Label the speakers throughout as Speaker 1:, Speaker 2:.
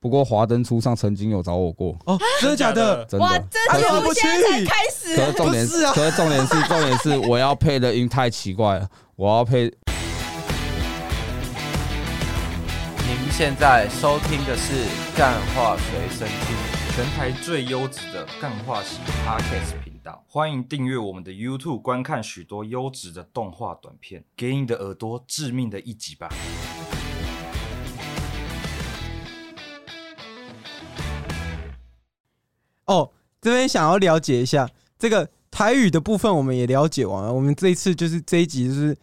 Speaker 1: 不过华灯初上曾经有找我过，
Speaker 2: 哦，真的假的？
Speaker 1: 真
Speaker 3: 哇，
Speaker 1: 的。
Speaker 3: 这节目现在才开 始，
Speaker 1: 可是重点
Speaker 2: 不是啊
Speaker 1: 可是重 点是重点是我要配的音太奇怪了，我要配
Speaker 4: 您现在收听的是《干话随身听》。
Speaker 5: 全台最优质的干化系 Podcast 频道，欢迎订阅我们的 YouTube，观看许多优质的动画短片，给你的耳朵致命的一击吧！
Speaker 2: 哦，这边想要了解一下这个台语的部分，我们也了解完了。我们这一次就是这一集就是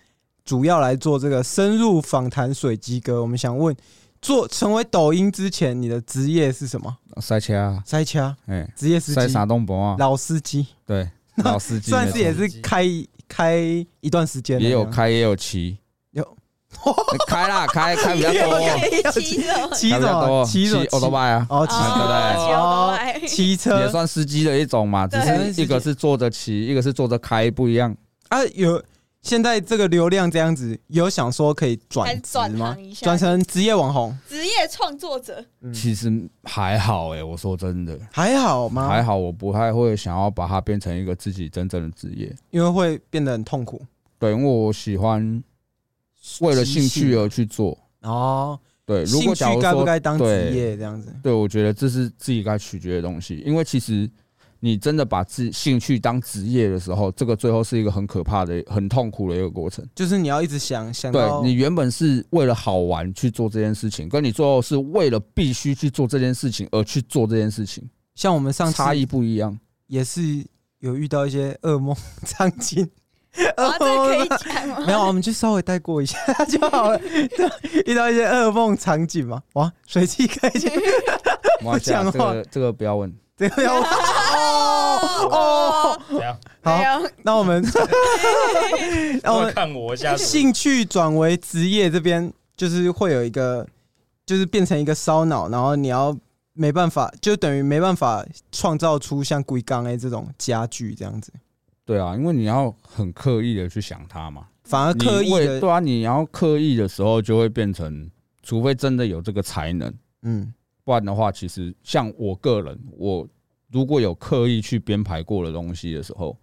Speaker 2: 主要来做这个深入访谈水鸡哥。我们想问，做成为抖音之前，你的职业是什么？
Speaker 1: 塞车啊，
Speaker 2: 塞掐，
Speaker 1: 哎，
Speaker 2: 职业司
Speaker 1: 塞
Speaker 2: 机，
Speaker 1: 啥东博啊？
Speaker 2: 老司机，
Speaker 1: 对， 老司机
Speaker 2: 算
Speaker 1: 没
Speaker 2: 是
Speaker 1: 错
Speaker 2: 也是开开一段时间了，
Speaker 1: 也有
Speaker 2: 这样
Speaker 1: 开也有骑，
Speaker 2: 有
Speaker 1: 开啦，开开 比较多，开
Speaker 3: 骑着
Speaker 2: 骑
Speaker 1: 比较多，
Speaker 2: 么骑什么
Speaker 1: 欧多拜啊，
Speaker 2: 哦，骑
Speaker 1: 对不对
Speaker 2: 哦
Speaker 3: 对
Speaker 2: 骑
Speaker 1: 也
Speaker 2: 车
Speaker 1: 算司机的一种嘛，只
Speaker 2: 对
Speaker 1: 是一个是坐着骑，一个是坐着开，不一样。
Speaker 2: 啊，有现在这个流量这样子，有想说可以
Speaker 3: 还
Speaker 2: 转
Speaker 3: 是
Speaker 2: 职
Speaker 3: 转
Speaker 2: 吗
Speaker 3: 行？一下
Speaker 2: 转成职业网红
Speaker 3: 职业创作者，
Speaker 2: 嗯
Speaker 1: 其实还好哎、我说真的，
Speaker 2: 还好吗？
Speaker 1: 还好，我不太会想要把它变成一个自己真正的职业。
Speaker 2: 因为会变得很痛苦
Speaker 1: 对，因为我喜欢为了兴趣而去做。
Speaker 2: 哦。
Speaker 1: 对，如
Speaker 2: 兴
Speaker 1: 果假
Speaker 2: 趣
Speaker 1: 如
Speaker 2: 该不
Speaker 1: 说
Speaker 2: 该当职
Speaker 1: 对
Speaker 2: 业这样子？
Speaker 1: 对，我觉得这是自己该取决的东西，因为其实你真的把自兴趣当职业的时候，这个最后是一个很可怕的、很痛苦的一个过程。
Speaker 2: 就是你要一直想想
Speaker 1: 对
Speaker 2: 到
Speaker 1: 你原本是为了好玩去做这件事情，跟你最后是为了必须去做这件事情而去做这件事情，
Speaker 2: 像我们上次
Speaker 1: 差异不一 样。
Speaker 2: 也是有遇到一些噩梦场景，
Speaker 1: 哦
Speaker 3: 啊，这可以讲 哦吗？
Speaker 2: 没有，啊我们就稍微带过一下 就好了。对，遇到一些噩梦场景嘛，哇，随机开 心，
Speaker 1: 马来西亚
Speaker 2: 不讲
Speaker 1: 这
Speaker 2: 话
Speaker 1: 个这个不要问，
Speaker 2: 这个要
Speaker 3: 哦，
Speaker 6: 怎样？
Speaker 2: 好
Speaker 3: 没，有
Speaker 2: 那我们 那哦我
Speaker 6: 要
Speaker 2: 们
Speaker 6: 看我一下子，
Speaker 2: 兴趣转为职业这边，就是会有一个，就是变成一个烧脑，然后你要没办法，就等于没办法创造出像龟缸哎这种家具这样子，
Speaker 1: 对啊，因为你要很刻意的去想它嘛，
Speaker 2: 反而刻意
Speaker 1: 你为
Speaker 2: 的，
Speaker 1: 对啊，你要刻意的时候就会变成，除非真的有这个才能，
Speaker 2: 嗯，
Speaker 1: 不然的话，其实像我个人，我如果有刻意去编排过的东西的时候，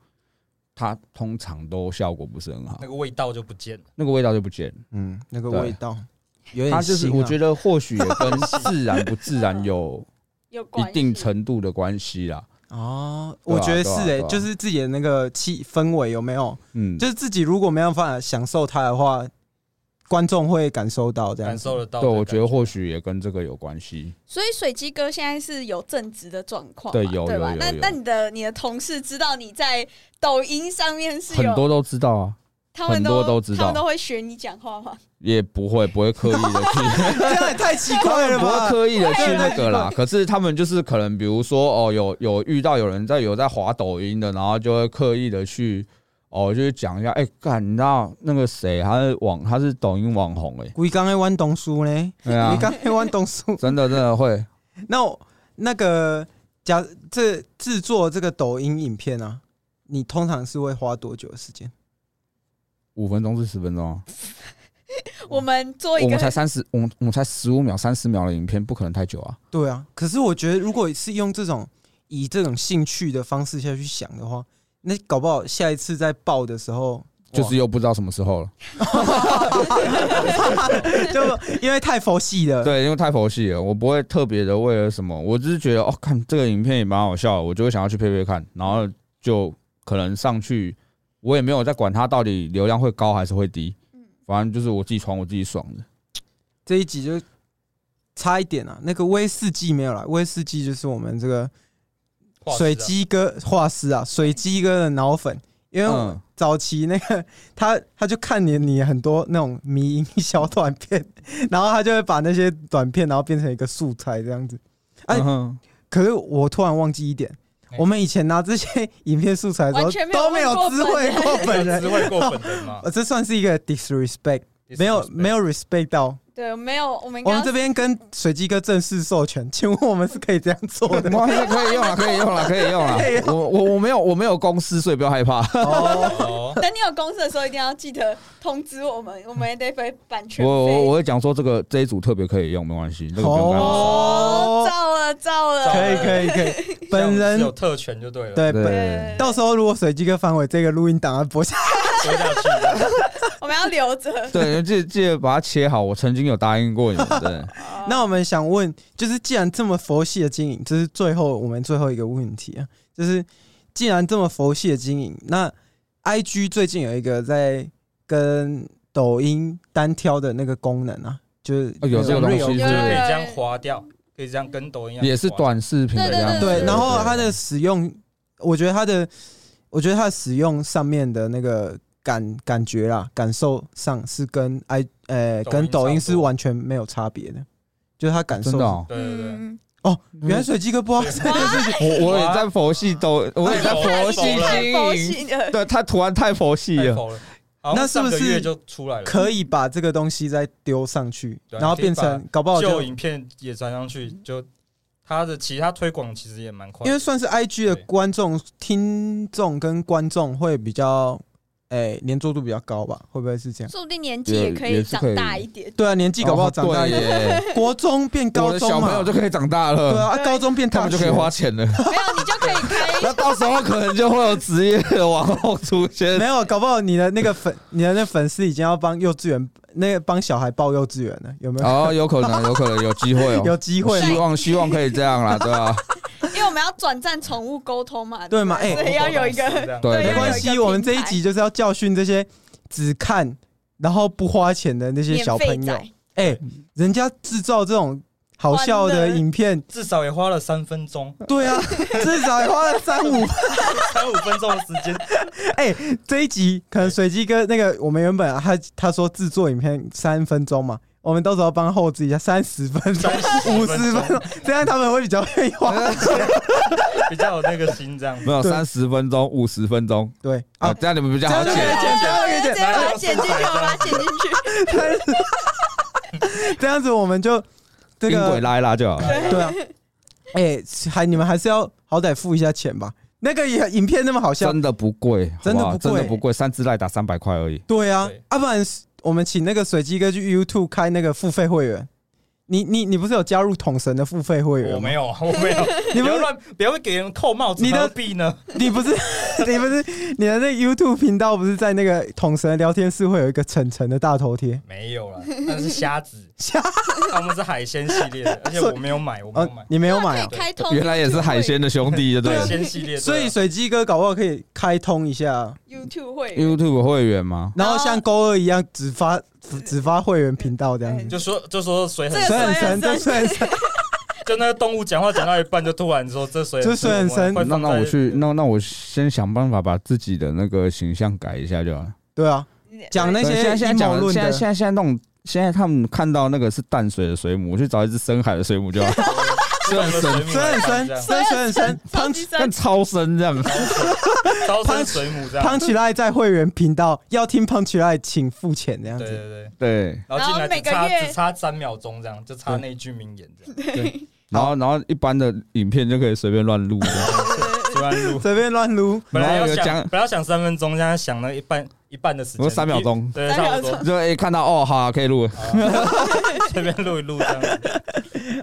Speaker 1: 它通常都效果不是很好
Speaker 6: 那，个味道就不见了。
Speaker 1: 那个味道就不见了。
Speaker 2: 嗯，那个
Speaker 1: 对
Speaker 2: 味道有点腥啊、
Speaker 1: 它就是我觉
Speaker 2: 得
Speaker 1: 得或许也 跟自然不自然有
Speaker 3: 有
Speaker 1: 一
Speaker 3: 关系
Speaker 1: 定程度的关系啦。
Speaker 2: 哦，
Speaker 1: 对啊
Speaker 2: 我觉得是
Speaker 1: 对啊
Speaker 2: 哎、
Speaker 1: 对啊
Speaker 2: 就是自己的那个气氛围有没有？
Speaker 1: 嗯，
Speaker 2: 就是自己如果没办法享受它的话，观众会感受到这样
Speaker 6: 感
Speaker 2: 子。
Speaker 6: 受得到的
Speaker 1: 对，
Speaker 6: 感。啊
Speaker 1: 我觉得或许也跟这个有关系。
Speaker 3: 所以水鸡哥现在是有正职的状况嘛，
Speaker 1: 对有
Speaker 3: 对吧？
Speaker 1: 有有
Speaker 3: 那
Speaker 1: 有
Speaker 3: 那你的你的同事知道你在抖音上面是
Speaker 1: 很
Speaker 3: 有，
Speaker 1: 多都知道啊，
Speaker 3: 他们
Speaker 1: 很多都知道
Speaker 3: 他们都会学你讲话吗？
Speaker 1: 也不会不会刻意的 去，
Speaker 2: 这样也太奇怪了
Speaker 1: 不会
Speaker 2: 吧？
Speaker 1: 刻意的去那个啦。可是他们就是可能，比如说哦，有有遇到有人在有在滑抖音的，然后就会刻意的去哦，就是讲一下，哎、干，你知道那个谁，他是网，他是抖音网红哎、
Speaker 2: 龟缸爱弯东叔呢？
Speaker 1: 对
Speaker 2: 龟
Speaker 1: 啊，
Speaker 2: 缸爱弯东叔。
Speaker 1: 真的真的会，
Speaker 2: 那我那个假这制作这个抖音影片啊，你通常是会花多久的时间？
Speaker 1: 五分钟至十分钟啊。
Speaker 3: 我们做一
Speaker 1: 我
Speaker 3: 个
Speaker 1: 们才三十，我们我们才十五秒、三十秒的影片，不可能太久啊。
Speaker 2: 对啊，可是我觉得如果是用这种以这种兴趣的方式下去想的话，那搞不好下一次再爆的时 候，
Speaker 1: 就是又不知道什么时候了。
Speaker 2: 就因为太佛系了。
Speaker 1: 对，因为太佛系了，我不会特别的为了什么，我只是觉得哦，看这个影片也蛮好笑的，我就会想要去配配看，然后就可能上去，我也没有在管它到底流量会高还是会低，反正就是我自己传我自己爽的。
Speaker 2: 这一集就差一点啊，那个威士忌没有来，威士忌就是我们这个
Speaker 6: 化石啊
Speaker 2: 水鸡哥画师啊，水鸡哥的脑粉，因为我
Speaker 1: 嗯
Speaker 2: 早期那个他他就看你你很多那种迷音小短片，然后他就会把那些短片然后变成一个素材这样子。哎
Speaker 1: 嗯哼，
Speaker 2: 可是我突然忘记一点，
Speaker 6: 哎
Speaker 2: 我们以前拿这些影片素材的时候
Speaker 3: 完全没有
Speaker 2: 都没 有知会过本
Speaker 6: 有
Speaker 2: 人
Speaker 6: 滋，味过本人吗？
Speaker 2: 呃这算是一个 disrespect，没有没有 respect 到
Speaker 3: 对没有我们
Speaker 2: 我
Speaker 3: 刚
Speaker 2: 们这边跟水鸡哥正式授权，请问我们是可以这样做的
Speaker 1: 哇，
Speaker 2: 吗？
Speaker 1: 这可以用了，可以用了，可以用 了。我我我没有我没有公司，所以不要害怕。
Speaker 2: 哦，
Speaker 6: 哦，
Speaker 3: 等你有公司的时候一定要记得通知我们，我们也得被版权
Speaker 1: 我我
Speaker 3: 费。
Speaker 1: 我会讲说这个这一组特别可以用，没关系，那个不用担心。
Speaker 2: 哦，
Speaker 3: 照了，
Speaker 2: 可以可以可以， 本
Speaker 6: 是
Speaker 2: 人
Speaker 6: 有特权就对了，
Speaker 2: 对本。
Speaker 1: 对
Speaker 2: 到时候如果水鸡哥反悔，这个录音档案播下来，
Speaker 6: 说下去。
Speaker 3: 我们要留着。
Speaker 1: 对，记得记得把它切好。我曾经有答应过你， 对，
Speaker 3: 哦
Speaker 2: 那我们想问，就是既然这么佛系的经营，这是最后我们最后一个问题啊，就是既然这么佛系的经营，那 I G 最近有一个在跟抖音单挑的那个功能啊，就是
Speaker 1: 哦有这个东西
Speaker 2: Reel
Speaker 6: 就是可以
Speaker 3: 对
Speaker 6: 这样划掉，可以这样跟抖音一样
Speaker 1: 也是
Speaker 6: 滑，
Speaker 1: 短视频的样子。
Speaker 2: 对，然后它
Speaker 1: 对
Speaker 2: 的使用，我觉得它的，我觉得它的使用上面的那个感感觉啦，感受上是跟 i 呃
Speaker 6: 抖音
Speaker 2: 跟抖音
Speaker 6: 差
Speaker 2: 是
Speaker 6: 不多
Speaker 2: 完全没有差别的，就是它感受
Speaker 1: 真
Speaker 2: 是。
Speaker 1: 的哦，
Speaker 6: 对对对，
Speaker 2: 哦，原来水鸡哥不知道这件事情，
Speaker 1: 我我也在佛系抖，我也在佛系
Speaker 3: 太佛
Speaker 1: 经营。
Speaker 3: 系了，
Speaker 1: 对，它突然太佛系
Speaker 6: 太
Speaker 1: 了。
Speaker 6: 否了。好
Speaker 2: 那
Speaker 6: 像
Speaker 2: 是不
Speaker 6: 上
Speaker 2: 是
Speaker 6: 个月就出来了？
Speaker 2: 可以把这个东西再丢上去，
Speaker 6: 对啊
Speaker 2: 然后
Speaker 6: 可以
Speaker 2: 变成搞不好就
Speaker 6: 旧影片也传上去，就它的其他推广其实也蛮快的，
Speaker 2: 因为算是 IG 的
Speaker 6: 对
Speaker 2: 观众、听众跟观众会比较，哎，粘着度比较高吧？会不会是这样？
Speaker 3: 说不定年纪也可
Speaker 1: 也
Speaker 3: 以
Speaker 1: 也是
Speaker 3: 长
Speaker 1: 可以
Speaker 3: 大一点。
Speaker 2: 对啊，年纪搞不好
Speaker 1: 哦
Speaker 2: 长大一
Speaker 1: 对
Speaker 2: 点，
Speaker 1: 耶
Speaker 2: 国中变
Speaker 1: 我
Speaker 2: 高
Speaker 1: 的
Speaker 2: 中
Speaker 1: 小
Speaker 2: 嘛
Speaker 1: 朋友就哎可以长大了，
Speaker 2: 对啊，啊
Speaker 3: 对
Speaker 2: 高中变
Speaker 1: 他
Speaker 2: 大
Speaker 1: 们就可以
Speaker 2: 学
Speaker 1: 花钱了。
Speaker 3: 没有，你就可以开
Speaker 1: 那到时候可能就会有职业的网红出现
Speaker 2: 没。有，搞不好你的那 个粉，你的那粉丝已经要帮幼稚园那个帮小孩报幼稚园了，有没有？
Speaker 1: 哦，有可能，有可能有机会哦，
Speaker 2: 有机会
Speaker 1: 希
Speaker 2: 吗？
Speaker 1: 望希望可以这样啦，对吧？
Speaker 3: 因为我们要转战宠物沟通嘛，
Speaker 2: 对嘛
Speaker 3: 不
Speaker 2: 哎
Speaker 3: 所以要有一个
Speaker 6: 这样
Speaker 1: 对
Speaker 2: 没
Speaker 1: 对
Speaker 2: 关
Speaker 3: 要有一
Speaker 2: 系，
Speaker 3: 个
Speaker 2: 我们这一
Speaker 3: 平台
Speaker 2: 集就是要教训这些只看然后不花钱的那些
Speaker 3: 免
Speaker 2: 小
Speaker 3: 费
Speaker 2: 朋友。
Speaker 3: 仔，
Speaker 2: 哎、人家制造这种好笑的
Speaker 3: 欢乐
Speaker 2: 影片，
Speaker 6: 至少也花了三分钟、
Speaker 2: 对 啊，至少也花了三五。
Speaker 6: 三五分钟的时间，
Speaker 2: 哎、这一集可能水鸡哥那个，我们原本、啊、他他说制作影片三分钟嘛。我们到时候帮后置一下，三十分钟、五
Speaker 6: 30
Speaker 2: 十分钟，这样他们会比较愿意 花
Speaker 6: 比较有那个心这样。
Speaker 1: 没有
Speaker 2: 对
Speaker 1: 三十分钟，五十分钟
Speaker 2: 对
Speaker 1: 啊，
Speaker 2: 啊，
Speaker 1: 这样你们比较好
Speaker 2: 这样就可以
Speaker 1: 剪。
Speaker 2: 剪掉
Speaker 3: 对，直接把它剪进去，我把它剪进去。
Speaker 2: 这样子我们就这
Speaker 1: 音轨
Speaker 2: 个
Speaker 1: 拉一拉就好了。
Speaker 2: 对啊，哎、还你们还是要好歹付一下钱吧。那个也影片那么好笑，
Speaker 1: 真的不贵，
Speaker 2: 真的
Speaker 1: 好好
Speaker 2: 不贵
Speaker 1: 真的不贵，三只赖打三百块而已。
Speaker 2: 对啊
Speaker 6: 对，
Speaker 2: 要、不然我们请那个水鸡哥去 YouTube 开那个付费会员。你你你不是有加入统神的付费会员
Speaker 6: 我
Speaker 2: 吗
Speaker 6: 没？有啊，我没有，
Speaker 2: 你
Speaker 6: 不
Speaker 2: 不
Speaker 6: 要
Speaker 2: 是
Speaker 6: 乱，不要给人扣帽子，
Speaker 2: 你的
Speaker 6: 何必呢？
Speaker 2: 你不是你不是你的那 YouTube 频道不是在那个统神聊天室会有一个晨晨的大头贴？
Speaker 6: 没有啦，那是虾子，
Speaker 2: 虾
Speaker 6: 他们是海鲜系列的，而且我没有买，我没
Speaker 2: 哦
Speaker 6: 有买，
Speaker 2: 你没有买
Speaker 3: 可以
Speaker 2: 啊？
Speaker 3: 开通，
Speaker 1: 原来也是海鲜的兄弟，就对
Speaker 6: 海
Speaker 1: 了。
Speaker 6: 鲜系列的啊，
Speaker 2: 所以水鸡哥搞不好可以开通一下，
Speaker 3: YouTube 会员，
Speaker 1: YouTube 会员吗？
Speaker 2: 然后像勾二一样只发只只发会员频道这样子。
Speaker 6: 就说就说水很
Speaker 3: 这
Speaker 2: 水
Speaker 6: 深，
Speaker 2: 很
Speaker 3: 水
Speaker 2: 深，对
Speaker 3: 很
Speaker 2: 水很深，
Speaker 6: 就那个动物讲话讲到一半就突然说这水
Speaker 2: 这水很深
Speaker 6: 会
Speaker 1: 那
Speaker 6: 放
Speaker 1: 那
Speaker 6: 在
Speaker 1: 我去，那那我先想办法把自己的那个形象改一下就好了。
Speaker 2: 对啊，讲那
Speaker 1: 对现
Speaker 2: 些
Speaker 1: 在现在
Speaker 2: 阴
Speaker 1: 讲
Speaker 2: 谋
Speaker 1: 的，
Speaker 2: 论
Speaker 1: 现在现
Speaker 2: 的，
Speaker 1: 在现在那种，现在他们看到那个是淡水的水母，我去找一只深海的水母就好，
Speaker 6: 水很深，
Speaker 2: 水很深，
Speaker 6: 这样
Speaker 2: 深水很深，
Speaker 3: 超
Speaker 2: 汤
Speaker 3: 级
Speaker 1: 但
Speaker 3: 深，
Speaker 1: 超深这样。
Speaker 6: 招生水母这样，
Speaker 2: 胖起来在会员频道要听胖起来，请付钱这样
Speaker 6: 对对
Speaker 2: 子。
Speaker 6: 对，
Speaker 1: 对，
Speaker 6: 然后进来
Speaker 3: 然后每
Speaker 6: 只
Speaker 3: 个
Speaker 6: 差
Speaker 3: 月
Speaker 6: 只差三秒钟这样，就差那一句名言这样，
Speaker 1: 然后然后一般的影片就可以随便乱录这样。
Speaker 6: 随便录。
Speaker 2: 随便乱撸，
Speaker 6: 本来要
Speaker 1: 然后有
Speaker 6: 想
Speaker 1: 讲
Speaker 6: 本来要想三分钟，现在想了一半一半的时
Speaker 1: 我
Speaker 6: 间，
Speaker 1: 三秒钟
Speaker 6: 一对，
Speaker 3: 三
Speaker 6: 差
Speaker 3: 秒
Speaker 6: 不多，
Speaker 1: 就哎、看到哦，好啊、可以录了。
Speaker 6: 随便录一录这样子。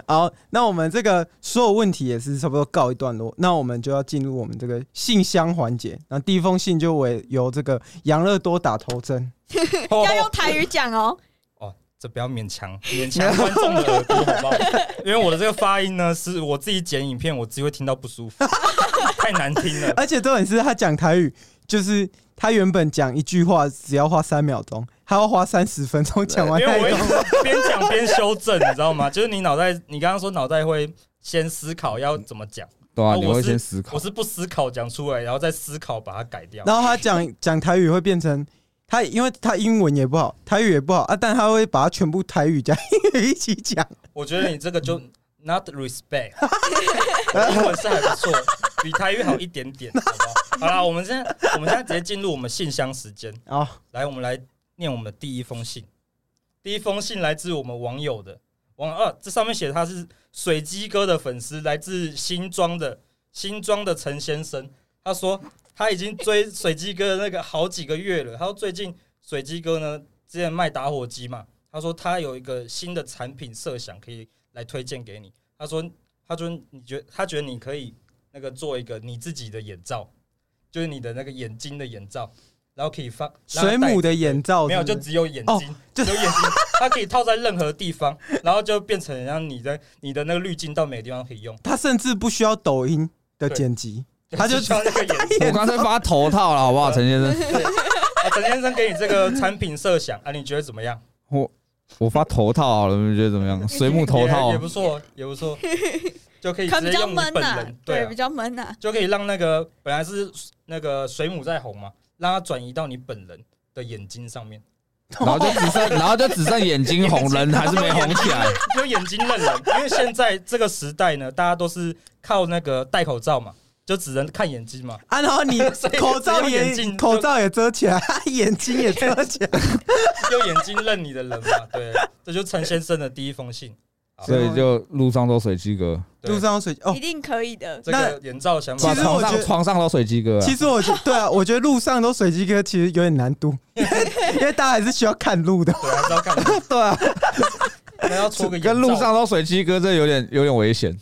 Speaker 2: 好，那我们这个所有问题也是差不多告一段落，那我们就要进入我们这个信箱环节。那第一封信就为由这个杨乐多打头针，
Speaker 3: 要用台语讲哦，
Speaker 6: 哦，这不要勉强勉强观众的耳朵 好不好？因为我的这个发音呢，是我自己剪影片，我自己会听到不舒服，太难听了。
Speaker 2: 而且重点是他讲台语，就是他原本讲一句话只要花三秒钟，他要花三十分钟讲完
Speaker 6: 因
Speaker 2: 那
Speaker 6: 为
Speaker 2: 一
Speaker 6: 我
Speaker 2: 段。
Speaker 6: 会 边讲边修正，你知道吗？就是你脑袋，你刚刚说脑袋会先思考要怎么讲，
Speaker 1: 对啊，
Speaker 6: 哦
Speaker 1: 你
Speaker 6: 我
Speaker 1: 会
Speaker 6: 是
Speaker 1: 先思考
Speaker 6: 我。是不思考讲出来，然后再思考把它改掉。
Speaker 2: 然后他讲讲台语会变成他，因为他英文也不好，台语也不好啊，但他会把它全部台语加英 语一起讲。
Speaker 6: 我觉得你这个就 not respect，我英文是还不错， 比台语好一点点，好不好？好啦，我们现在我们现在直接进入我们信箱时间，
Speaker 2: 哦，
Speaker 6: 来，我们来念我们的第一封信。第一封信来自我们网友的网二、这上面写他是水鸡哥的粉丝，来自新庄的新庄的陈先生，他说他已经追水鸡哥的那个好几个月了。他说最近水鸡哥呢，之前卖打火机嘛，他说他有一个新的产品设想可以来推荐给你。他说他觉得你觉他觉得你可以那个做一个你自己的眼罩，就是你的那个眼睛的眼罩，然后可以放
Speaker 2: 水母的眼罩
Speaker 6: 没有，
Speaker 2: 是
Speaker 6: 就
Speaker 2: 不是
Speaker 6: 只有眼
Speaker 2: 哦
Speaker 6: 睛，只有眼睛， 它可以套在任何地方，然后就变成让你的你的那个滤镜到每个地方可以用。
Speaker 2: 他甚至不需要抖音的剪辑，他就
Speaker 6: 像那个眼 睛。
Speaker 1: 我刚才发头套了，好不好，陈先生？
Speaker 6: 啊陈先生给你这个产品设想啊，你觉得怎么样？
Speaker 1: 我我发头套好了，你们觉得怎么样？水母头套
Speaker 6: 也也不错，也不错，就可以
Speaker 3: 可
Speaker 6: 直
Speaker 3: 能比
Speaker 6: 接
Speaker 3: 较
Speaker 6: 用你
Speaker 3: 闷
Speaker 6: 本
Speaker 3: 呐
Speaker 6: 人，，对
Speaker 3: 对，
Speaker 6: 啊
Speaker 3: 比，较闷呐。
Speaker 6: 就可以让那个本来是那个水母在红嘛，让它转移到你本人的眼睛上面，
Speaker 1: 然后就只剩，然后就只剩眼睛红，人还是没红起来。
Speaker 6: 就眼睛认人。因为现在这个时代呢，大家都是靠那个戴口罩嘛，就只能看眼睛嘛。
Speaker 2: 啊，然后你
Speaker 6: 所以
Speaker 2: 口罩
Speaker 6: 只有眼
Speaker 2: 也
Speaker 6: 镜
Speaker 2: 口罩也遮起来， 眼睛也遮起来，
Speaker 6: 用眼睛认你的人 嘛，对，这就是陈先生的第一封信。
Speaker 1: 所以就路上都水鸡哥，
Speaker 6: 对
Speaker 2: 路上有水哦
Speaker 3: 一。定可以的。
Speaker 6: 这个眼罩想
Speaker 2: 其
Speaker 6: 法
Speaker 1: 哇
Speaker 2: 实，我
Speaker 1: 床
Speaker 2: 觉得
Speaker 1: 上床上都水鸡哥啊。
Speaker 2: 其实我觉得对啊，我觉得路上都水鸡哥其实有点难度， 因为大家还是需要看路的。
Speaker 6: 对，还是要看，
Speaker 2: 对啊，
Speaker 6: 还要戳个眼罩
Speaker 1: 跟路上都水鸡哥，这有点有点危险。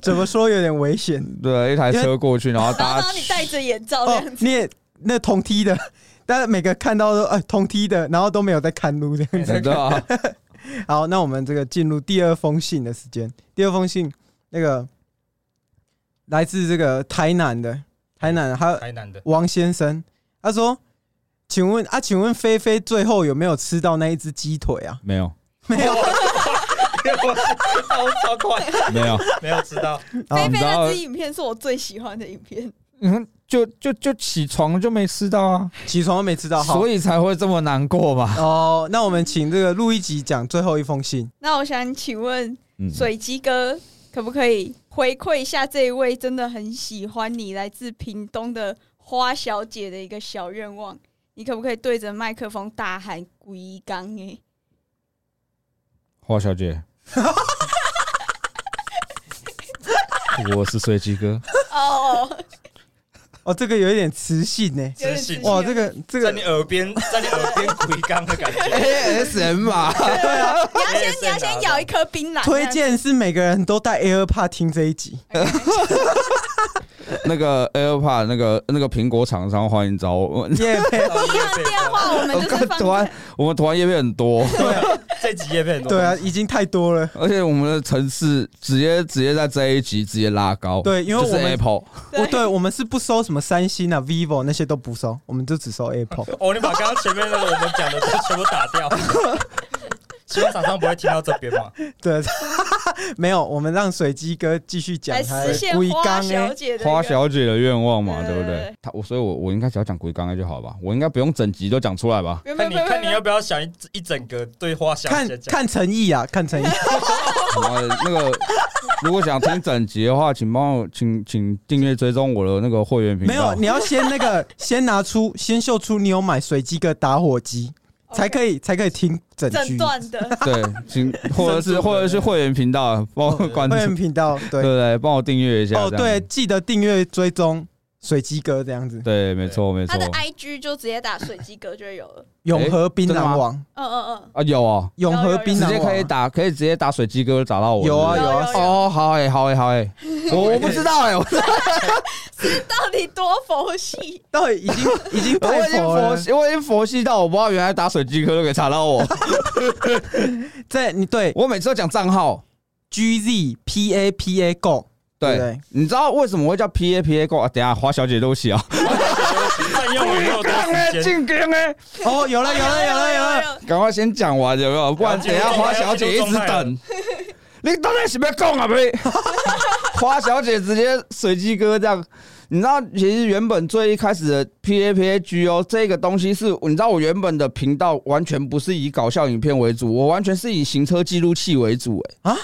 Speaker 2: 怎么说有点危险
Speaker 1: 对，啊一台车过去，然后
Speaker 3: 然后
Speaker 1: 大
Speaker 3: 然
Speaker 1: 家
Speaker 3: 后你戴着眼罩这
Speaker 2: 哦
Speaker 3: 样。子，
Speaker 2: 你也那同梯的，大家每个看到都哎同梯的，然后都没有在看路的。
Speaker 1: 真的啊
Speaker 2: 好，那我们这个进入第二封信的时间。第二封信，那个来自这个台南的，台南的还有
Speaker 6: 台南的，
Speaker 2: 王先生，他说：“请问啊，请问菲菲最后有没有吃到那一只鸡腿啊？
Speaker 1: 没有
Speaker 6: 超超 快，
Speaker 1: 没有，
Speaker 6: 没有吃到，
Speaker 2: 哦
Speaker 3: 菲
Speaker 1: 你
Speaker 3: 菲
Speaker 1: 知
Speaker 3: 那
Speaker 1: 道
Speaker 3: 支影片是我最喜欢的影片，
Speaker 1: 嗯，就就就起床就没吃到啊，
Speaker 2: 起床都没吃到，好
Speaker 1: 所以才会这么难过吧？
Speaker 2: 哦。那我们请这个录一集讲最后一封信。
Speaker 3: 那我想请问
Speaker 1: 嗯，
Speaker 3: 水鸡哥，可不可以回馈一下这一位真的很喜欢你来自屏东的花小姐的一个小愿望？你可不可以对着麦克风大喊“龟缸”哎，
Speaker 1: 花小姐， 我是水鸡哥，
Speaker 3: 哦，
Speaker 2: 哦，这个有一点磁性呢。
Speaker 3: 有点
Speaker 6: 自信
Speaker 3: 直
Speaker 2: 哇，
Speaker 3: 接
Speaker 2: 这个这
Speaker 6: 在
Speaker 2: 个
Speaker 6: 你耳边，在你耳边鬼刚的感 觉。
Speaker 1: ASM 嘛，
Speaker 2: 对啊，
Speaker 3: 你要先你要先咬一颗槟榔，啊
Speaker 2: 推荐是每个人都带 AirPod 听这一集。
Speaker 3: 这样子。OK
Speaker 1: 那个 AirPod 那个那个苹果厂商欢迎找我。
Speaker 2: 耶配
Speaker 3: 一样电话我们就是放
Speaker 1: 突然
Speaker 3: 在，
Speaker 1: 我们突然页面很多，
Speaker 6: 这集叶片
Speaker 2: 对啊，，已经太多了。
Speaker 1: 而且我们的层次直接直接在这一集直接拉高。
Speaker 2: 对因为
Speaker 1: 就是
Speaker 2: 我们
Speaker 1: Apple
Speaker 2: 我哦对我们是不收什么三星啊、vivo 那些都不收，我们就只收 Apple。
Speaker 6: 哦，你把刚刚前面那个我们讲的都全部打掉，希望厂商不会听到这边 嘛？
Speaker 2: 对， 没有，我们让水鸡哥继续讲
Speaker 3: 来
Speaker 2: 他
Speaker 3: 实
Speaker 2: 的
Speaker 3: 现
Speaker 2: 龟
Speaker 3: 花
Speaker 2: 缸
Speaker 3: 小
Speaker 2: 哎。
Speaker 3: 姐的一个
Speaker 1: 花小姐的愿望嘛，
Speaker 3: 对
Speaker 1: 对不
Speaker 3: 对
Speaker 1: 对
Speaker 3: 对？
Speaker 1: 她我所以我，我应该只要讲鬼刚刚就好吧，我应该不用整集都讲出来 吧？
Speaker 3: 没有，没有
Speaker 6: 看你
Speaker 3: 没有
Speaker 6: 看你
Speaker 3: 没
Speaker 6: 要
Speaker 3: 有
Speaker 6: 不要想一一整个对花小
Speaker 2: 看
Speaker 6: 姐讲，
Speaker 2: 看诚意啊，看诚意。
Speaker 1: 然后那个，如果想听整集的话，请帮我，请请订阅追踪我的那个会员频道。
Speaker 2: 没有，你要先那 个，先拿出，先秀出你有买水鸡哥打火机，才可以才可以听整
Speaker 3: 诊
Speaker 2: 句。
Speaker 3: 断 的，
Speaker 1: 对，请或者是或者是会员频道帮我关注
Speaker 2: 会，员频道
Speaker 1: 对
Speaker 2: 对
Speaker 1: 不对？帮我订阅一下。
Speaker 2: 哦
Speaker 1: 这样
Speaker 2: 对，记得订阅追踪水鸡哥这样子。
Speaker 1: 对，没错没
Speaker 3: 他
Speaker 1: 错
Speaker 3: 的。IG 就直接打水鸡哥就会有了。
Speaker 2: 永和槟
Speaker 1: 真的吗
Speaker 2: 榔王，
Speaker 3: 嗯嗯嗯，
Speaker 1: 啊，有哦，
Speaker 2: 永和槟
Speaker 1: 直
Speaker 2: 榔王
Speaker 1: 接可以打，可以直接打水鸡哥找到我。
Speaker 2: 有啊
Speaker 1: 是不是
Speaker 2: 有
Speaker 3: 有
Speaker 2: 啊，
Speaker 1: 哦，好哎，好哎，好哎， 我我不知道哎，我
Speaker 3: 到底多佛系？
Speaker 2: 到底已经已经
Speaker 1: 我已
Speaker 2: 太
Speaker 1: 经
Speaker 2: 佛
Speaker 1: 佛
Speaker 2: 了。
Speaker 1: 系，我已经佛系到我不知道原来打水鸡哥都可以查到 我。
Speaker 2: 在你对
Speaker 1: 我每次都讲账号，
Speaker 2: G Z P A P A Go，对
Speaker 1: 对
Speaker 2: 不对，
Speaker 1: 你知道为什么会叫 P A P A 过啊？等一下华小姐对不起啊，
Speaker 6: 占用我又多 时间。
Speaker 1: 进坑哎，
Speaker 2: 哦，有了有了有了有了，
Speaker 3: 了！
Speaker 1: 赶快先讲完有没有？不然等一下华小姐一直等。你到底是要讲啊呗？花小姐直接随机哥这样，你知道，其实原本最一开始的 P A P A G O 这个东西是，你知道我原本的频道完全不是以搞笑影片为主，我完全是以行车记录器为主、欸。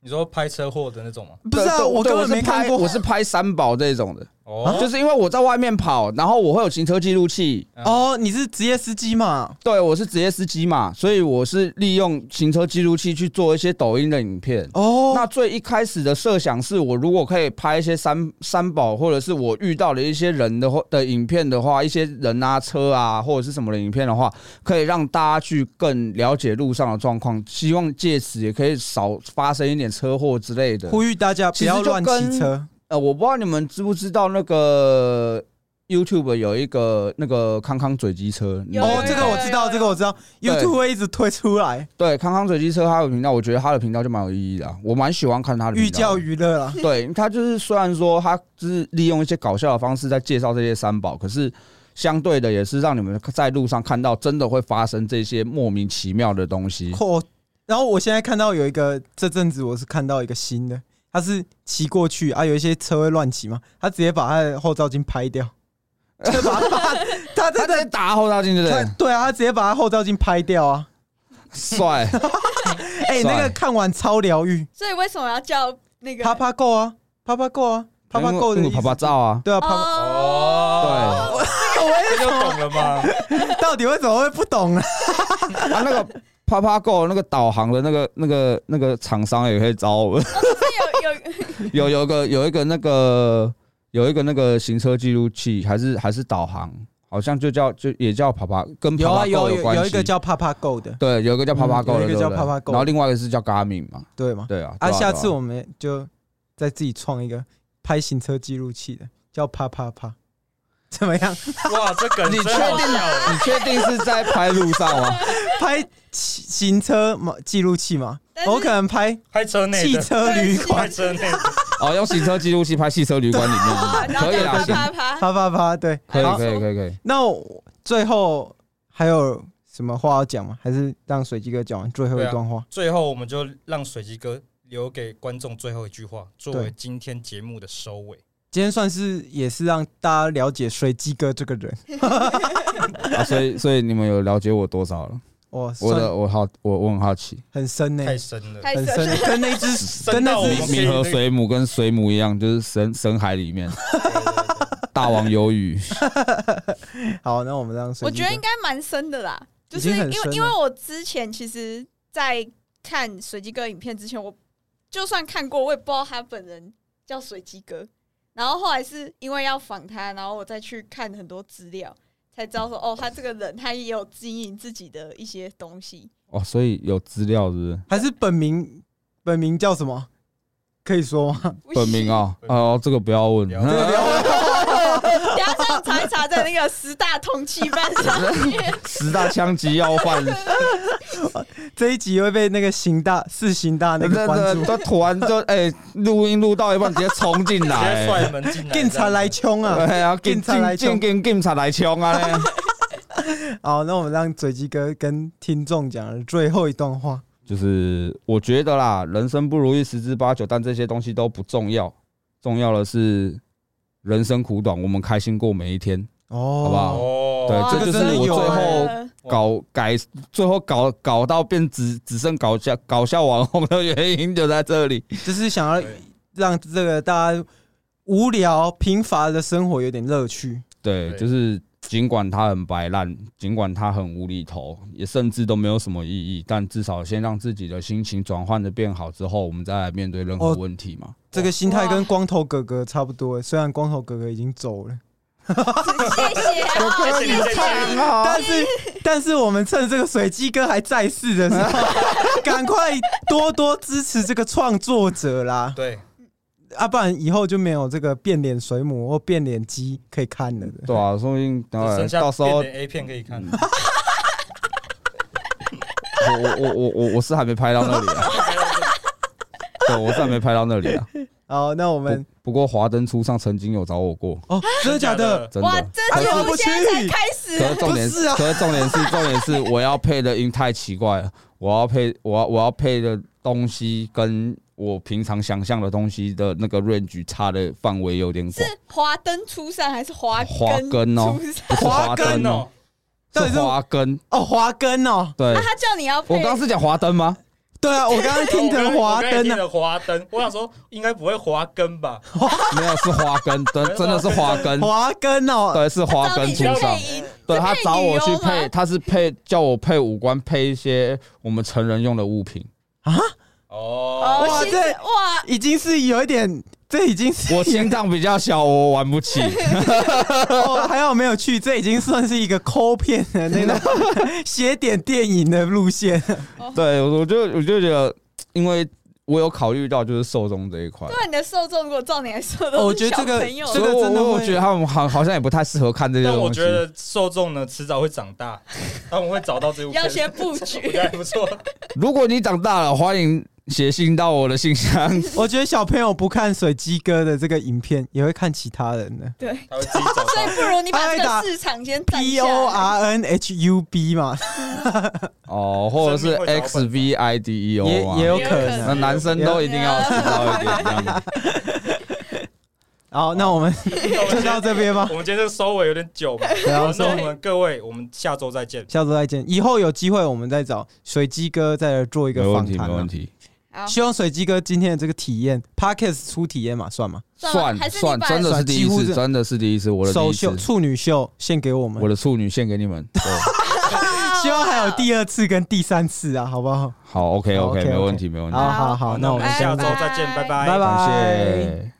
Speaker 6: 你说拍车祸的那种吗？
Speaker 2: 不是
Speaker 1: 对
Speaker 2: 啊，
Speaker 1: 对
Speaker 2: 我根
Speaker 1: 对
Speaker 2: 本没
Speaker 1: 是拍
Speaker 2: 看过，
Speaker 1: 我是拍三宝这种的。
Speaker 6: 哦，
Speaker 1: 就是因为我在外面跑，然后我会有行车记录器，
Speaker 2: 哦，你是职业司机嘛？
Speaker 1: 对我是职业司机嘛，所以我是利用行车记录器去做一些抖音的影片。
Speaker 2: 哦，
Speaker 1: 那最一开始的设想是我如果可以拍一些三三宝，或者是我遇到的一些人的话的影片的话，一些人啊、车啊，或者是什么的影片的话，可以让大家去更了解路上的状况，希望借此也可以少发生一点车祸之类的。
Speaker 2: 呼吁大家不要乱
Speaker 1: 其实
Speaker 2: 骑
Speaker 1: 就跟
Speaker 2: 车。
Speaker 1: 呃，我不知道你们知不知道那个 YouTube 有一个那个康康嘴机车，你
Speaker 3: 有
Speaker 1: 们
Speaker 2: 哦，这个我知道，这个我知道
Speaker 1: 对
Speaker 2: ，YouTube 会一直推出来，
Speaker 1: 对康康嘴机车他的频道，我觉得他的频道就蛮有意义的啊、我蛮喜欢看他的频道
Speaker 2: 寓教于乐 啦。
Speaker 1: 对他就是虽然说他就是利用一些搞笑的方式在介绍这些三宝，可是相对的也是让你们在路上看到真的会发生这些莫名其妙的东西。
Speaker 2: 嚯！然后我现在看到有一个，这阵子我是看到一个新的，他是骑过去啊，有一些车会乱骑嘛，他直接把他的后照镜拍掉，就把他
Speaker 1: 他
Speaker 2: 他真
Speaker 1: 在
Speaker 2: 的
Speaker 1: 打后照镜，对不
Speaker 2: 他
Speaker 1: 对？
Speaker 2: 对啊，他直接把他后照镜拍掉啊！
Speaker 1: 帅，
Speaker 2: 哎，
Speaker 1: 帅
Speaker 2: 那个看完超疗愈，
Speaker 3: 所以为什么要叫那个
Speaker 2: 啪啪够啊，啪啪够啊，啪啪够的意
Speaker 1: 啪啪
Speaker 2: 思，
Speaker 1: 照啊，
Speaker 2: 对啊，啪啪
Speaker 3: 哦，
Speaker 1: 对。
Speaker 6: 这就懂了吗？
Speaker 2: 到底为什么会不懂呢？
Speaker 1: 啊，那个啪啪 Go 那个导航的那个那个那个厂商也可以找我 们，
Speaker 3: 哦是有 有
Speaker 1: 有有个有一个那个有一个那个行车记录器，还是还是导航，好像就叫就也叫啪啪，跟啪
Speaker 2: 有
Speaker 1: 啪
Speaker 2: 啊
Speaker 1: Go
Speaker 2: 有
Speaker 1: 关
Speaker 2: 有
Speaker 1: 系。
Speaker 2: 有一个叫啪啪够的，
Speaker 1: 对，有一个叫啪啪 Go
Speaker 2: 嗯
Speaker 1: 的，
Speaker 2: 有一个叫
Speaker 1: 对不对
Speaker 2: Papago
Speaker 1: 然后另外一个是叫 Garmin 嘛，
Speaker 2: 对吗？
Speaker 1: 对啊。
Speaker 2: 啊，
Speaker 1: 对
Speaker 2: 下次
Speaker 1: 对
Speaker 2: 我们就再自己创一个拍行车记录器的，叫啪啪啪，怎么 样？
Speaker 6: 哇，这梗
Speaker 1: 你
Speaker 6: 真
Speaker 1: 确
Speaker 6: 好
Speaker 1: 定
Speaker 6: 笑欸
Speaker 1: 你确定是在拍路上 吗？
Speaker 2: 拍骑行车嘛记录器嘛
Speaker 3: 但？是
Speaker 2: 我可能拍
Speaker 6: 开车内
Speaker 2: 汽
Speaker 6: 的，
Speaker 2: 车旅
Speaker 6: 开
Speaker 2: 馆，
Speaker 6: 车内的，
Speaker 1: 哦，用行车记录器拍汽车旅馆里
Speaker 3: 啊，
Speaker 1: 面，
Speaker 3: 然后
Speaker 1: 可以
Speaker 3: 就
Speaker 1: 啦，
Speaker 3: 啪
Speaker 1: 行，
Speaker 3: 啪啪，
Speaker 2: 啪啪啪，对。
Speaker 1: 可以
Speaker 2: 好，
Speaker 1: 可以可以可以。
Speaker 2: 那我最后还有什么话要讲吗？还是让水鸡哥讲完最后
Speaker 1: 啊
Speaker 2: 一段话？
Speaker 6: 最后我们就让水鸡哥留给观众最后一句话，作为今天节目的收尾。
Speaker 2: 今天算是也是让大家了解水鸡哥这个人，
Speaker 1: 啊，所以所以你们有了解我多少了？
Speaker 2: 我
Speaker 1: 我
Speaker 2: 算
Speaker 1: 的我好我我很好奇。
Speaker 2: 很深呢、
Speaker 6: 太深了，
Speaker 3: 太
Speaker 2: 很
Speaker 3: 深
Speaker 2: 深
Speaker 3: 了，，
Speaker 2: 跟那只
Speaker 6: 深
Speaker 2: 跟哦那
Speaker 6: 到我
Speaker 2: 只
Speaker 6: 们可以
Speaker 1: 冥河
Speaker 6: 那个
Speaker 1: 水母跟水母一样，就是深深海里 面
Speaker 6: 对对对
Speaker 1: 大王鱿鱼。
Speaker 2: 好，那我们让水
Speaker 3: 我
Speaker 2: 鸡
Speaker 3: 觉
Speaker 2: 哥
Speaker 3: 得应该蛮深的啦，就
Speaker 2: 已
Speaker 3: 是
Speaker 2: 经
Speaker 3: 因
Speaker 2: 很
Speaker 3: 为
Speaker 2: 深
Speaker 3: 因为
Speaker 2: 了
Speaker 3: 我之前其实，在看水鸡哥影片之前，我就算看过，我也不知道他本人叫水鸡哥。然后后来是因为要访他，然后我再去看很多资料，才知道说哦，他这个人他也有经营自己的一些东西。
Speaker 1: 哦，所以有资料是不是？
Speaker 2: 还是本名本名叫什么？可以说吗？
Speaker 1: 本名啊、哦，哦，这个不要问。
Speaker 6: 了解
Speaker 3: 等一下这样查一查，在那个十大通缉犯
Speaker 1: 呃
Speaker 3: 上面，
Speaker 1: 十大枪击要 犯，
Speaker 2: 这一集会被那个刑大四刑大那
Speaker 1: 真
Speaker 2: 个关
Speaker 1: 的
Speaker 2: 注，
Speaker 1: 都突然就哎，录、音录到一半直接冲进
Speaker 6: 直接
Speaker 1: 来、
Speaker 6: 踹门进来，
Speaker 2: 警察来 冲啊！
Speaker 1: 对啊，警
Speaker 2: 警察来
Speaker 1: 警警警警察来枪 啊！
Speaker 2: 好，那我们让嘴鸡哥跟听众讲最后一段话。
Speaker 1: 就是我觉得啦，人生不如意十之八九，但这些东西都不重要，重要的是人生苦短，我们开心过每一天。
Speaker 2: 哦，
Speaker 1: 好不好
Speaker 6: 哦，
Speaker 1: 对，
Speaker 3: 哇
Speaker 1: 这就是
Speaker 2: 这真的
Speaker 1: 我最
Speaker 2: 有欸
Speaker 1: 后
Speaker 3: 哎
Speaker 1: 搞改，最后搞搞到变只只剩搞笑搞笑网红的原因就在这 里。
Speaker 2: 就是想要
Speaker 6: 对
Speaker 2: 让这个大家无聊贫乏的生活有点乐趣。
Speaker 1: 对，
Speaker 6: 对
Speaker 1: 就是尽管它很白烂，尽管它很无厘头，也甚至都没有什么意义，但至少先让自己的心情转换的变好之后，我们再来面对任何
Speaker 2: 哦
Speaker 1: 问题嘛。
Speaker 2: 这个心态
Speaker 3: 哇
Speaker 2: 跟光头哥哥差不多，虽然光头哥哥已经走了，
Speaker 3: 谢谢 啊哦，
Speaker 6: 谢谢你再见。
Speaker 2: 但是但是我们趁这个水鸡哥还在世的时候，赶快多多支持这个创作者啦。
Speaker 6: 对，
Speaker 2: 啊，不然以后就没有这个变脸水母或变脸鸡可以看了的。
Speaker 1: 对啊，说不定
Speaker 6: 只
Speaker 1: 呃
Speaker 6: 剩下
Speaker 1: 到时候
Speaker 6: 变脸 A 片可以
Speaker 2: 嗯
Speaker 6: 看，
Speaker 1: 我我我我我是还没拍到那里啊，对，我是还没拍到那里啊。
Speaker 2: 好，那我们
Speaker 1: 不不过华灯初上曾经有找我过，
Speaker 2: 哦，真的假的？
Speaker 1: 真
Speaker 3: 哇，
Speaker 1: 的。
Speaker 3: 这节目现在才开始，
Speaker 1: 可是重点
Speaker 2: 不是啊
Speaker 1: 可是重点是重点是我要配的音太奇怪了，我要配我要我要配的东西跟我平常想象的东西的那个 range 差的范围有点广，
Speaker 3: 是华灯初上还是华
Speaker 1: 华
Speaker 3: 根
Speaker 1: 根哦
Speaker 3: 初上？
Speaker 1: 不是华
Speaker 6: 真
Speaker 1: 灯
Speaker 6: 的
Speaker 1: 哦
Speaker 6: 哦，
Speaker 2: 到底
Speaker 1: 是
Speaker 2: 是
Speaker 1: 华根。
Speaker 2: 哦，华根哦，
Speaker 1: 对
Speaker 3: 那，他叫你要配，
Speaker 1: 我刚刚是讲华灯吗？
Speaker 2: 对啊， 我刚刚听成华
Speaker 6: 我刚才
Speaker 2: 灯
Speaker 6: 听
Speaker 2: 啊，
Speaker 6: 成华灯，我想说应该不会华根吧？
Speaker 1: 没有是花根，真真的是花根，
Speaker 2: 华根哦，
Speaker 1: 对，是花
Speaker 3: 找
Speaker 1: 根
Speaker 3: 你
Speaker 1: 出
Speaker 3: 去
Speaker 1: 上
Speaker 3: 配。音，
Speaker 1: 对
Speaker 3: 是
Speaker 1: 他
Speaker 3: 配
Speaker 1: 找
Speaker 3: 女
Speaker 1: 我去
Speaker 3: 优吗
Speaker 1: 配，他是配叫我配五官配一些我们成人用的物 品。
Speaker 6: 哦，
Speaker 3: 哦，
Speaker 2: 哇
Speaker 3: 其实
Speaker 2: 这
Speaker 3: 哇，
Speaker 2: 已经是有一点，这已经是
Speaker 1: 我心脏比较小，我玩不 起。
Speaker 2: 哦，还好没有去，这已经算是一个抠片的那种 写点电影的路线。
Speaker 1: 对，我就我就觉得，因为我有考虑到就是受众这一块，
Speaker 3: 对你的受众，如果照你来说，
Speaker 2: 哦
Speaker 3: 都
Speaker 2: 我
Speaker 3: 是
Speaker 2: 觉得
Speaker 3: 小
Speaker 2: 这个
Speaker 3: 朋友，
Speaker 2: 这
Speaker 1: 所
Speaker 2: 个
Speaker 1: 以我
Speaker 2: 真的
Speaker 1: 我我
Speaker 2: 会
Speaker 1: 觉得他们好好像也不太适合看这些
Speaker 6: 但我
Speaker 1: 东
Speaker 6: 觉
Speaker 1: 西。
Speaker 6: 得受众呢，迟早会长大， 他们会找到这部片。
Speaker 3: 要先布
Speaker 6: 我
Speaker 3: 局
Speaker 6: 觉得还不错。
Speaker 1: 如果你长大了，欢迎写信到我的信箱。
Speaker 2: 我觉得小朋友不看水鸡哥的这个影片，也会看其他人的。
Speaker 3: 对，
Speaker 6: 他会自己找
Speaker 3: 所以
Speaker 6: 到。
Speaker 3: 不如你把这
Speaker 1: 哎
Speaker 2: 他会打
Speaker 3: 个市场先占
Speaker 2: P
Speaker 3: 下
Speaker 2: O
Speaker 3: 来。
Speaker 2: R N H U B 嘛，
Speaker 1: 哦，或者是
Speaker 6: 生命会找
Speaker 1: X V I D E O
Speaker 2: 也
Speaker 1: 啊，
Speaker 2: 也有
Speaker 3: 也有
Speaker 2: 可
Speaker 3: 可
Speaker 2: 能
Speaker 3: 能。
Speaker 1: 那男生都一定要知道一点这样 子。
Speaker 2: 好，那我们
Speaker 6: 那我们
Speaker 2: 就到这边吧，
Speaker 6: 我们今天这个收尾有点久嘛，
Speaker 2: 啊
Speaker 6: 好，
Speaker 2: 收
Speaker 6: 那
Speaker 2: 尾
Speaker 6: 我们各位，我们下周再见。
Speaker 2: 下周再见。以后有机会我们再找水鸡哥再来做一
Speaker 1: 没
Speaker 2: 个
Speaker 1: 问
Speaker 2: 访
Speaker 1: 题，
Speaker 2: 谈
Speaker 1: 没
Speaker 2: 啊
Speaker 1: 问。题。
Speaker 3: 好，
Speaker 2: 希望水鸡哥今天的这个体验 p a r k e s 初体验嘛，算嘛，
Speaker 3: 算
Speaker 1: 算
Speaker 3: 了还是你
Speaker 1: 算，
Speaker 3: 把
Speaker 1: 真的是第一
Speaker 2: 算几乎
Speaker 1: 次，
Speaker 2: 是
Speaker 1: 真的是第一次，我的第
Speaker 2: 首
Speaker 1: 一
Speaker 2: 秀
Speaker 1: 次，
Speaker 2: 处女秀献给我们
Speaker 1: 我。的处女献给你们。对
Speaker 2: 希望还有第二次跟第三次啊，好不好？
Speaker 1: 好，OK
Speaker 2: 好
Speaker 1: OK，
Speaker 2: ，OK，OK
Speaker 1: 没问题，没问题
Speaker 2: 好。好好，那我们
Speaker 6: 下
Speaker 2: 下
Speaker 6: 周
Speaker 2: 周
Speaker 6: 再见，拜拜
Speaker 2: 拜拜
Speaker 1: 感谢。